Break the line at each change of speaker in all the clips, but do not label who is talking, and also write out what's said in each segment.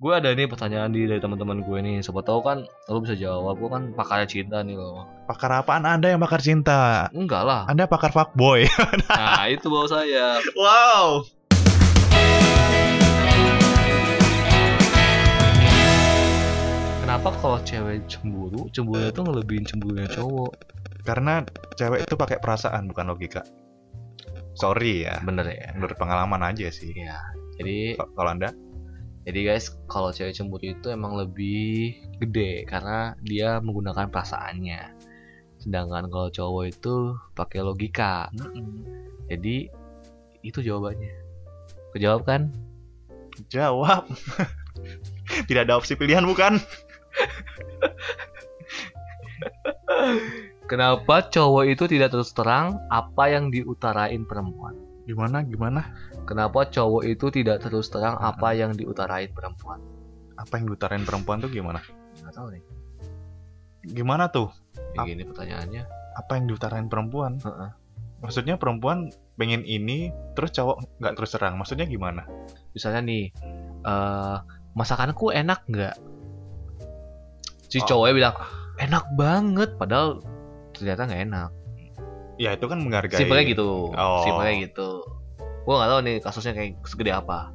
gue ada nih pertanyaan di dari teman-teman gue nih siapa tahu kan lo bisa jawab gue kan pakar cinta nih lo
Pakar apaan Anda yang pakar cinta?
enggak lah
Anda pakar fuckboy.
nah itu bawa saya
Wow.
kenapa kalau cewek cemburu cemburu itu ngelebihin cemburunya cowok
Karena cewek itu pakai perasaan bukan logika. Sorry ya,
bener ya
menurut pengalaman aja sih.
Iya. jadi
K- Kalau Anda
jadi guys kalau cewek cemburu itu emang lebih gede karena dia menggunakan perasaannya sedangkan kalau cowok itu pakai logika jadi itu jawabannya kejawab kan
jawab. Tidak ada opsi pilihan bukan?
Kenapa cowok itu tidak terus terang apa yang diutarain perempuan?
Gimana gimana?
Kenapa cowok itu tidak terus terang
Iya.
apa yang diutarain perempuan?
Apa yang diutarain perempuan tuh gimana?
Gak tahu nih.
Gimana tuh?
Kayak gini pertanyaannya.
Apa yang diutarain perempuan?
Heeh.
Maksudnya perempuan pengen ini terus cowok nggak terus terang. Maksudnya gimana?
Misalnya nih, eh masakanku enak nggak? Si
Oh.
cowoknya bilang enak banget, padahal ternyata nggak enak.
Ya itu kan menghargai.
Simpelnya gitu.
Oh.
Simpelnya gitu. Gua nggak tahu nih kasusnya kayak segede apa.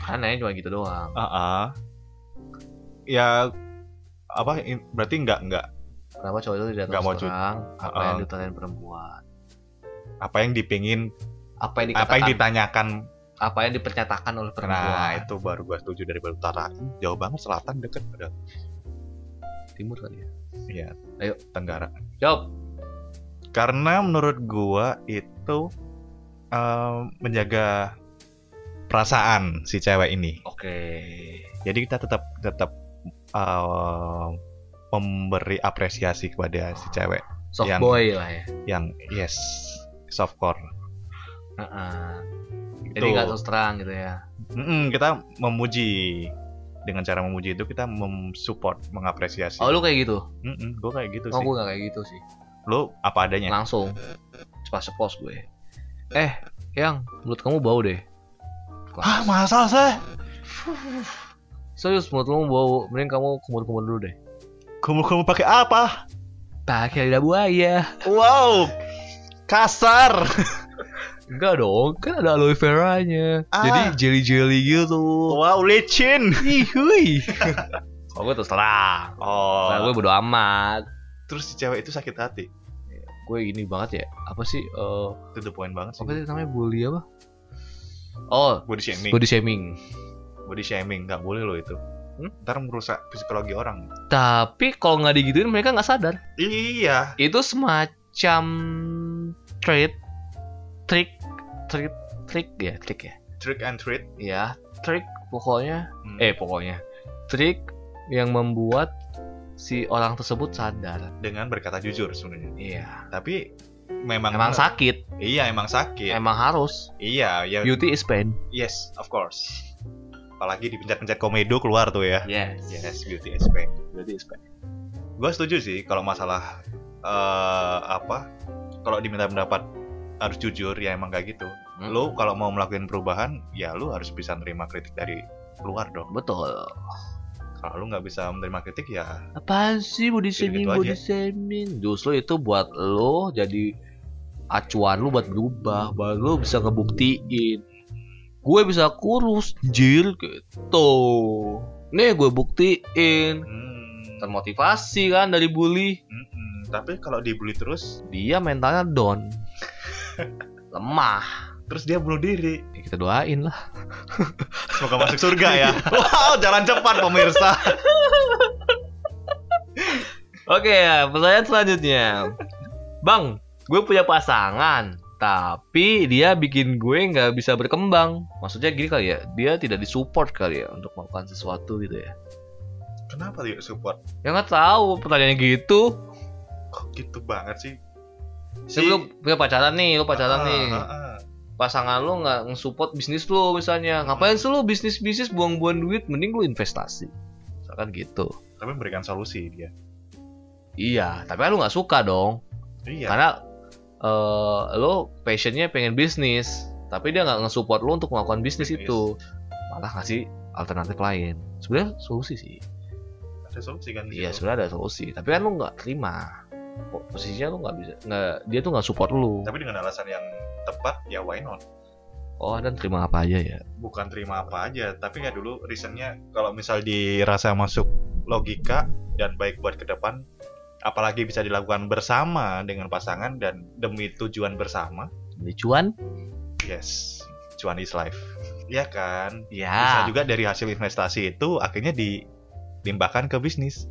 Karena nanya cuma gitu doang.
Ah, ah. Ya apa in- berarti nggak nggak
Kenapa cowok itu tidak
Nggak mau
terus
cu- Oh.
terang apa yang
Heeh.
diutarain perempuan?
apa yang dipingin
Apa yang dikatakan?
apa yang ditanyakan
apa yang dipernyatakan oleh perempuan
nah itu baru gua setuju dari baru utara jauh banget selatan deket pada
timur kali ya
ya
Ayo.
tenggara
jawab
karena menurut gua itu em, menjaga perasaan si cewek ini
oke
jadi kita tetap tetap em, memberi apresiasi kepada si cewek
soft
Yang-
boy lah ya
yang yes softcore
Heeh. jadi
Itu.
nggak terus terang gitu ya
Mm-mm, kita memuji dengan cara memuji itu kita mensupport mengapresiasi.
oh lu kayak gitu
Mm-mm, gue kayak gitu
oh
sih. Iya.
gue nggak kayak gitu sih
Lu apa adanya.
langsung cepat sepos gue eh yang menurut kamu bau deh
Hah, masa sih?
serius menurut kamu bau mending kamu kumur-kumur dulu deh
Kamu-kamu pakai apa?
pakai lidah buaya
Wow. Kasar.
enggak dong kan ada aloe veranya jadi
Ah.
jelly jelly gitu
Wow, licin.
Ihuy. Kalau gue terus terang, Kalau
Oh.
gue bodo amat.
Terus si cewek itu sakit hati.
gue ini banget ya apa sih eh
Itu the point banget sih.
apa sih namanya bully apa oh
Body shaming.
body shaming
Body shaming nggak boleh lo itu.
Hmm?
Ntar merusak psikologi orang.
tapi kalau nggak digituin mereka nggak sadar
Iya.
itu semacam trait trik trik trik ya trik ya
Trick and treat.
ya trik pokoknya
Hmm.
eh pokoknya trik yang membuat si orang tersebut sadar
Dengan berkata jujur sebenarnya.
iya
Tapi memang
emang sakit
Iya, emang sakit.
emang harus
Iya, ya
beauty is pain
yes, of course. Apalagi dipencet-pencet komedo keluar tuh ya.
yes
Yes, beauty is pain.
beauty is pain
Gue setuju sih kalau masalah eh apa? Kalau diminta pendapat harus jujur ya emang kayak gitu.
Hmm.
Lu kalau mau melakukan perubahan, ya lu harus bisa nerima kritik dari luar dong.
betul
Kalau lu nggak bisa menerima kritik ya
Apaan sih body
Gitu-gitu
shaming,
aja.
body shaming? Justru itu buat lo jadi acuan lo buat berubah, baru lo bisa ngebuktiin. Gue bisa kurus, jil gitu. Nih gue buktiin.
hmm,
Termotivasi kan dari bully.
mm, mm. tapi kalau dibully terus,
Dia mentalnya down. Lemah.
terus dia bunuh diri.
Ya, kita doain lah.
Semoga masuk surga ya. wow, jalan cepat pemirsa.
Oke, ya, pertanyaan selanjutnya. Bang, gue punya pasangan, tapi dia bikin gue nggak bisa berkembang. Maksudnya gini kali ya, dia tidak disupport kali ya untuk melakukan sesuatu gitu ya.
Kenapa yuk support?
Ya nggak tahu, pertanyaannya gitu.
Kok gitu banget sih?
Saya lu punya pacaran nih, lu pacaran
Ah,
nih.
ah, ah.
Pasangan lu nggak nge-support bisnis lu misalnya. Ngapain sih lu bisnis-bisnis buang-buang duit, mending lu investasi. Misalkan gitu.
tapi memberikan solusi dia.
Iya, tapi kan lu nggak suka dong.
Iya.
karena eh, lo passionnya pengen bisnis tapi dia nggak nge-support lo untuk melakukan bisnis
Bisnis.
itu malah ngasih alternatif lain sebenarnya solusi sih
ada solusi kan di
iya
situ.
sebenarnya ada solusi tapi kan lu nggak terima Po- posisinya lu nggak bisa nggak dia tuh nggak support lu
tapi dengan alasan yang tepat ya why not
oh dan terima apa aja ya
bukan terima apa aja tapi ya dulu reasonnya kalau misal dirasa masuk logika dan baik buat ke depan apalagi bisa dilakukan bersama dengan pasangan dan demi tujuan bersama
Demi cuan
yes cuan is life ya kan bisa
ya
juga dari hasil investasi itu akhirnya dilimbahkan ke bisnis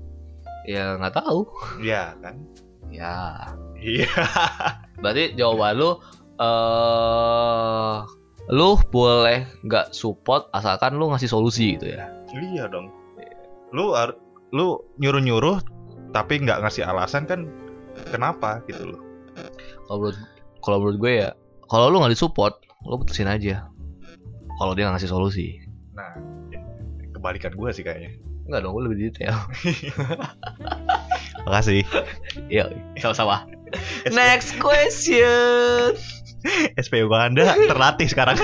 ya nggak tahu
ya kan
ya
iya
Berarti jawaban lu eh lu boleh nggak support asalkan lu ngasih solusi gitu ya.
iya dong lu har- lu nyuruh nyuruh tapi nggak ngasih alasan kan kenapa gitu loh
Kalau menurut kalau menurut gue ya, kalau lu nggak disupport, lu putusin aja. Kalau dia nggak ngasih solusi.
nah ya, kebalikan gue sih kayaknya
Enggak dong, gue lebih detail.
Makasih.
Iya, sama-sama.
Nah.
Next question.
SPOK Anda terlatih sekarang.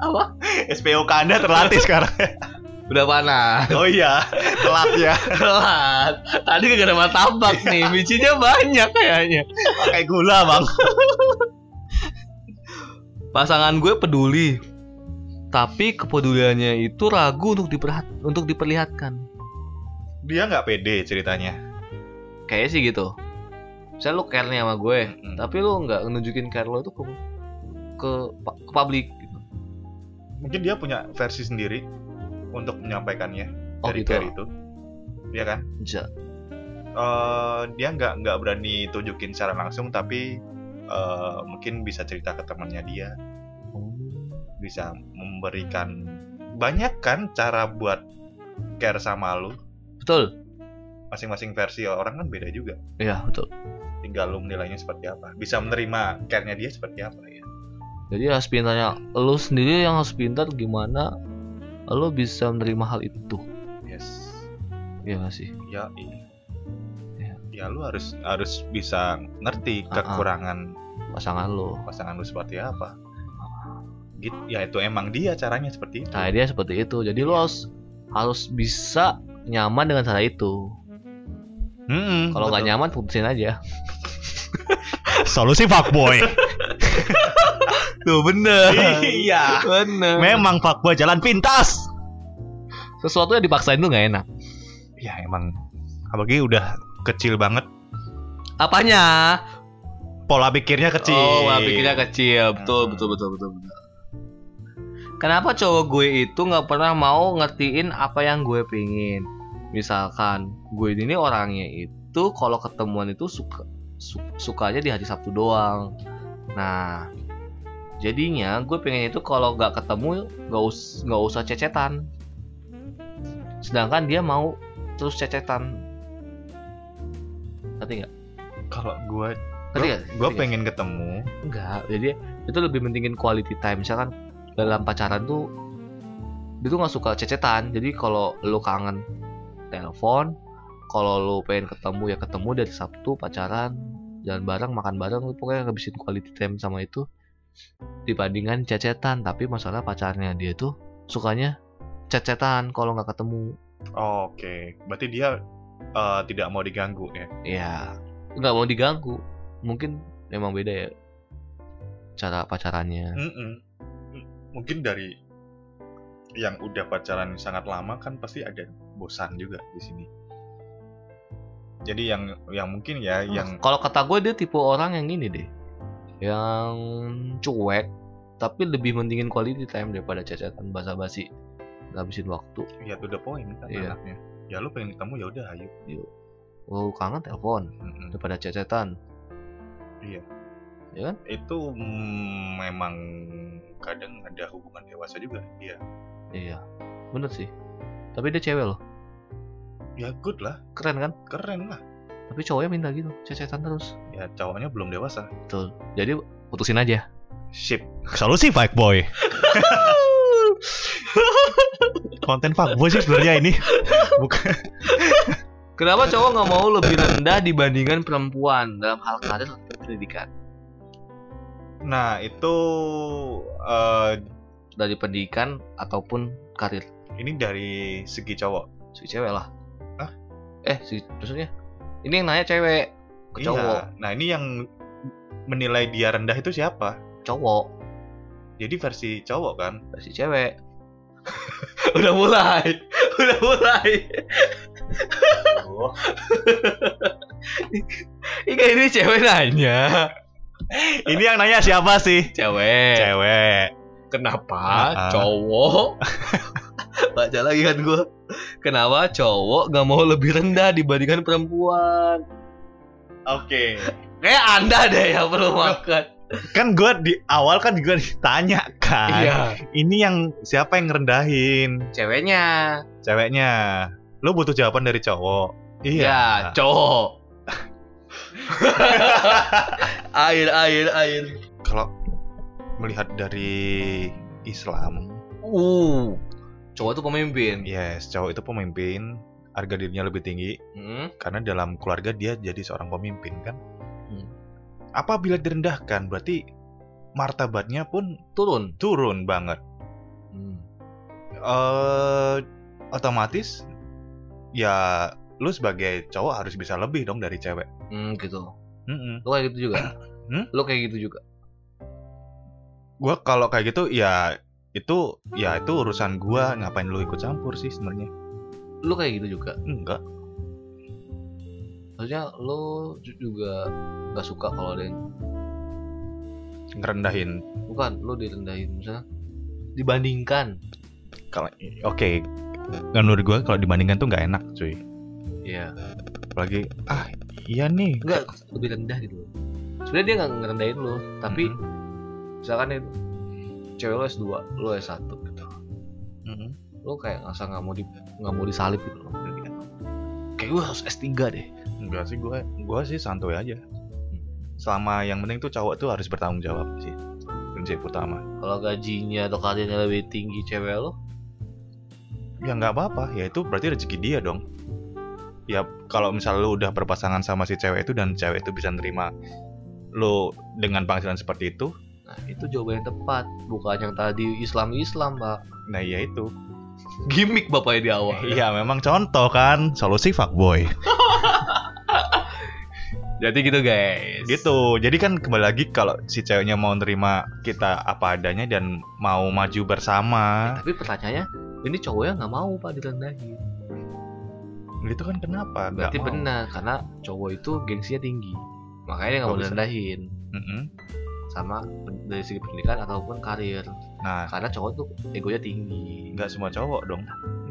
Apa?
SPOK Anda terlatih sekarang.
Udah panas.
Oh iya, telat ya.
Telat. Tadi gak ada martabak nih, bijinya banyak kayaknya.
Pakai Iya. gula, Bang.
Pasangan gue peduli, tapi kepeduliannya itu ragu untuk diperhat untuk diperlihatkan.
Dia nggak pede ceritanya.
Kayaknya sih gitu. Misalnya lu care nih sama gue,
Mm-mm.
tapi lu nggak nunjukin care lo itu ke ke, pa- ke publik. gitu.
Mungkin dia punya versi sendiri untuk menyampaikannya
Oh gitu.
dari care itu. Iya kan?
Bisa.
Eh, dia nggak nggak berani tunjukin secara langsung tapi eh, mungkin bisa cerita ke temannya dia,
Oh.
bisa memberikan banyak kan cara buat care sama lu.
Betul.
Masing-masing versi orang kan beda juga.
Iya, betul.
tinggal lu menilainya seperti apa bisa menerima care-nya dia seperti apa ya
Jadi harus pintarnya lu sendiri yang harus pintar gimana lu bisa menerima hal itu.
yes
Iya gak sih?
ya i-
Ya.
ya lu harus harus bisa ngerti
Ah, ah.
kekurangan
Pasangan lo.
pasangan lu seperti apa gitu ya itu emang dia caranya seperti itu
Nah, dia seperti itu. Jadi
Iya.
lu harus harus bisa nyaman dengan cara itu.
Mm-mm,
Kalau nggak
Hmm, betul.
nyaman putusin aja.
solusi fuckboy
Tuh bener.
Iya.
Bener.
memang fuckboy jalan pintas
Sesuatu yang dipaksain tuh nggak enak.
ya emang apalagi udah kecil banget
Apanya?
pola pikirnya kecil
Oh, pola pikirnya kecil. Betul,
Hmm.
betul, betul, betul, betul. Kenapa cowok gue itu nggak pernah mau ngertiin apa yang gue pingin? Misalkan gue ini orangnya itu kalau ketemuan itu suka su- sukanya di hari Sabtu doang. Nah, jadinya gue pengen itu kalau nggak ketemu nggak us- nggak usah cecetan. Sedangkan dia mau terus cecetan. Ngerti nggak?
kalau gue
Ngerti nggak?
gue
Ngerti nggak?
pengen ketemu
enggak jadi itu lebih pentingin quality time misalkan dalam pacaran tuh dia tuh nggak suka cecetan jadi kalau lu kangen telepon kalau lu pengen ketemu ya ketemu dari Sabtu pacaran jalan bareng makan bareng lu pokoknya ngabisin quality time sama itu dibandingkan cecetan tapi masalah pacarnya dia tuh sukanya cecetan kalau nggak ketemu
Oh, Oke, berarti dia eh, tidak mau diganggu ya.
ya nggak mau diganggu mungkin memang beda ya cara pacarannya
Mm-mm. M- Mungkin dari yang udah pacaran sangat lama kan pasti ada bosan juga di sini. Jadi yang yang mungkin
Oh.
ya
Hmm.
yang
kalau kata gue dia tipe orang yang ini deh yang cuek tapi lebih mendingin quality time daripada cacatan basa-basi ngabisin waktu
ya to the point kan
Iya.
anaknya. Ya lu pengen ketemu ya udah ayo.
wow kangen telepon
Mm-mm.
daripada cacatan
Itu mm, memang kadang ada hubungan dewasa juga ya.
iya bener sih tapi dia cewek loh
Ya good lah,
keren kan
keren lah.
tapi cowoknya minta gitu cacatan terus
Ya cowoknya belum dewasa.
betul jadi putusin aja
Ship. Solusi fuck boy. Konten fuck boy sih sebenarnya ini. Bukan
Kenapa cowok nggak mau lebih rendah dibandingkan perempuan dalam hal karir dan pendidikan?
Nah itu eh
Dari pendidikan ataupun karir.
Ini dari segi cowok.
si cewek lah
Hah?
eh si maksudnya ini yang nanya cewek ke cowok
Iya. Nah, ini yang menilai dia rendah itu siapa?
cowok
Jadi versi cowok kan.
versi cewek udah mulai udah mulai
Oh.
Iya ini cewek nanya
ini yang nanya Iya, siapa sih?
cewek
Cewek.
kenapa
Ah.
cowok baca lagi kan gue kenapa cowok gak mau lebih rendah dibandingkan perempuan
Oke.
kayak anda deh yang perlu makan
Kan gue di awal kan juga ditanya kan.
Iya.
Ini yang siapa yang ngerendahin?
ceweknya
Ceweknya. Lu butuh jawaban dari cowok. Iya.
ya cowok air air air
Kalau melihat dari Islam,
uh cowok itu pemimpin
yes, cowok itu pemimpin, harga dirinya lebih tinggi,
Hmm.
karena dalam keluarga dia jadi seorang pemimpin kan.
Hmm.
Apabila direndahkan berarti martabatnya pun
turun
turun banget.
Hmm.
Eh otomatis ya lu sebagai cowok harus bisa lebih dong dari cewek.
Hmm, gitu
Mm-mm.
lo kayak gitu juga
Hmm?
lo kayak gitu juga
Gua kalau kayak gitu ya itu ya itu urusan gua ngapain lu ikut campur sih sebenarnya?
lo kayak gitu juga
Enggak.
maksudnya lo ju- juga gak suka kalau ada yang
Ngerendahin.
bukan lo direndahin misalnya dibandingkan
Kalau oke menurut gua kalau dibandingkan tuh nggak enak cuy.
ya
Apalagi ah iya nih.
enggak lebih rendah gitu sebenarnya dia nggak ngerendahin lo tapi
Mm-mm.
misalkan nih cewek lo S2 lo S1 gitu
Mm-mm.
lo kayak ngerasa nggak mau di nggak mau disalip gitu loh kayak gue harus S3 deh
Enggak sih gue gue sih santuy aja. Selama yang penting tuh cowok tuh harus bertanggung jawab sih. Prinsip utama.
kalau gajinya atau karirnya lebih tinggi cewek lo
Ya nggak apa-apa, ya itu berarti rezeki dia dong. Ya kalau misalnya lu udah berpasangan sama si cewek itu dan cewek itu bisa nerima lu dengan penghasilan seperti itu,
nah itu jawaban yang tepat bukan yang tadi Islam Islam pak
nah ya itu.
gimmick bapaknya di awal
Iya memang contoh kan solusi fuckboy.
jadi gitu guys
Gitu. Jadi kan kembali lagi kalau si ceweknya mau nerima kita apa adanya dan mau maju bersama,
tapi pertanyaannya ini cowoknya nggak mau pak direndahin
itu kan kenapa? Nggak
berarti
mau.
benar karena cowok itu gengsinya tinggi makanya dia nggak mau
Nggak bisa.
direndahin
Mm-mm.
sama pen- dari segi pendidikan ataupun karir
Nah,
karena cowok tuh egonya tinggi
nggak semua cowok dong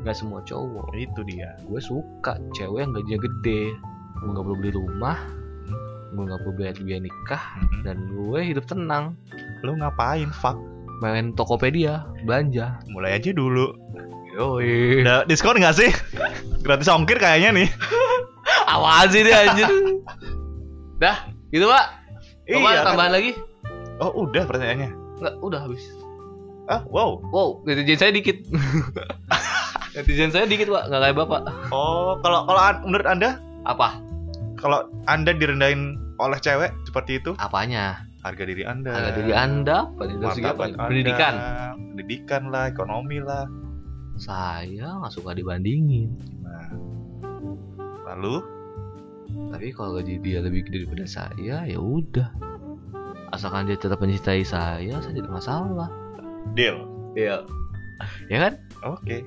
nggak semua cowok
itu dia
gue suka cewek yang gajinya gede gue nggak perlu beli rumah gue nggak perlu biaya biaya nikah
Mm-mm.
dan gue hidup tenang
lu ngapain fuck
main Tokopedia belanja
mulai aja dulu
yoi
udah diskon nggak sih gratis ongkir kayaknya nih
Apaan sih dia anjir? Dah, gitu Pak. Apa
Iya, kan?
tambahan lagi?
oh udah pertanyaannya
Enggak, udah habis.
ah wow
Wow, netizen saya dikit. netizen saya dikit, Pak. Enggak kayak Bapak.
oh kalau kalau an- menurut anda
Apa?
kalau anda direndahin oleh cewek seperti itu
Apanya?
harga diri anda
Harga diri Anda, pada dari segi apa?
martabat Eh, Anda,
pendidikan.
pendidikan lah ekonomi lah
Saya nggak suka dibandingin.
nah lalu
Tapi kalau gaji dia lebih gede daripada saya, ya udah. Asalkan dia tetap mencintai saya, saya tidak masalah.
deal
Iya. Ya kan?
oke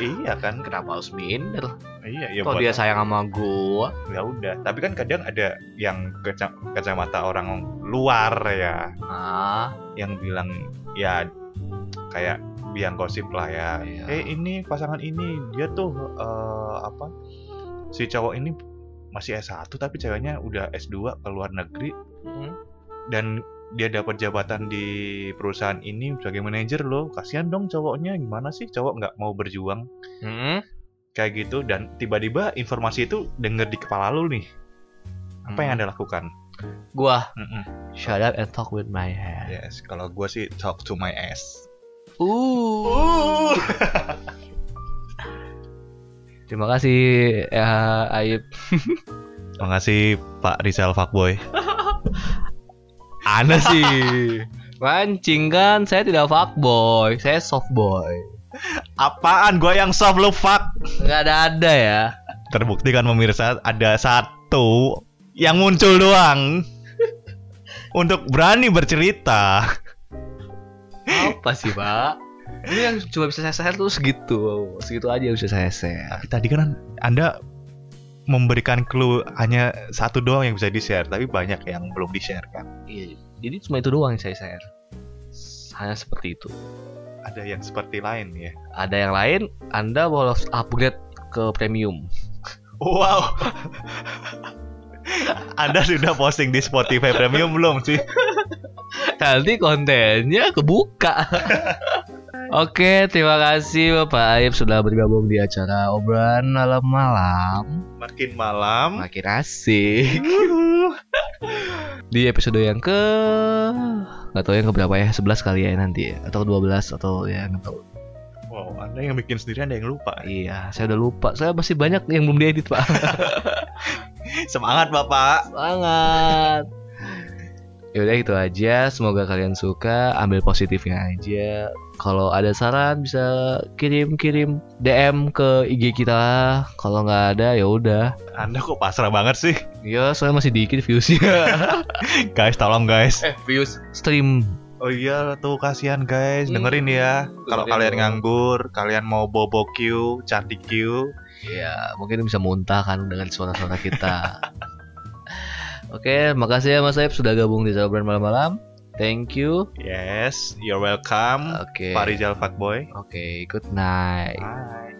iya kan
Kenapa harus minder?
iya ya
Kalau
buat
dia sayang sama gua,
ya udah tapi kan kadang ada yang kaca- kacamata orang luar ya
Ah,
yang bilang ya kayak biang gosip lah ya
Iya.
eh ini pasangan ini dia tuh eh, apa si cowok ini masih S1 tapi ceweknya udah S2 ke luar negeri
Hmm?
dan dia dapat jabatan di perusahaan ini sebagai manajer loh kasihan dong cowoknya gimana sih cowok nggak mau berjuang
Hmm?
kayak gitu dan tiba-tiba informasi itu denger di kepala lu nih apa yang anda lakukan
Gua
Hmm. Mm-mm.
shut up and talk with my head.
yes kalau gue sih talk to my ass
Uh. Terima kasih ya Aib.
Makasih Pak Rizal Fuckboy. Ana sih.
Mancing kan saya tidak fuckboy, saya softboy.
Apaan gue yang soft lu fuck
nggak ada ada ya
Terbukti kan pemirsa ada satu Yang muncul doang Untuk berani bercerita
apa sih pak ini yang cuma bisa saya share tuh segitu segitu aja yang bisa saya share
Tapi tadi kan Anda memberikan clue hanya satu doang yang bisa di-share Tapi banyak yang belum di-share kan
iya jadi cuma itu doang yang saya share hanya seperti itu
Ada yang seperti lain ya
ada yang lain anda boleh upgrade ke premium
Wow Anda sudah posting di Spotify Premium belum sih?
nanti kontennya kebuka Oke, terima kasih Bapak Aib sudah bergabung di acara obrolan malam malam.
Makin malam
Makin asik. di episode yang ke nggak tahu yang keberapa ya 11 kali ya nanti ya atau 12 atau ya nggak tahu
Wow, Anda yang bikin sendiri Anda yang lupa
iya saya udah lupa saya masih banyak yang belum diedit pak
Semangat Bapak
sangat yaudah Ya itu aja semoga kalian suka ambil positifnya aja kalau ada saran bisa kirim kirim DM ke IG kita kalau nggak ada ya udah
Anda kok pasrah banget sih
ya soalnya masih dikit viewsnya
Guys tolong guys
eh views stream
Oh iya tuh kasihan guys
Hmm,
dengerin ya
dengerin
Kalau kalian
dong.
nganggur kalian mau bobo Q cantik Q
Ya, mungkin bisa muntah kan dengan suara-suara kita. Oke, makasih ya Mas Saib sudah gabung di Sabar Malam-Malam. Thank you.
Yes you're welcome
Oke.
Pak Rizal Fatboy
Oke, good night.
Bye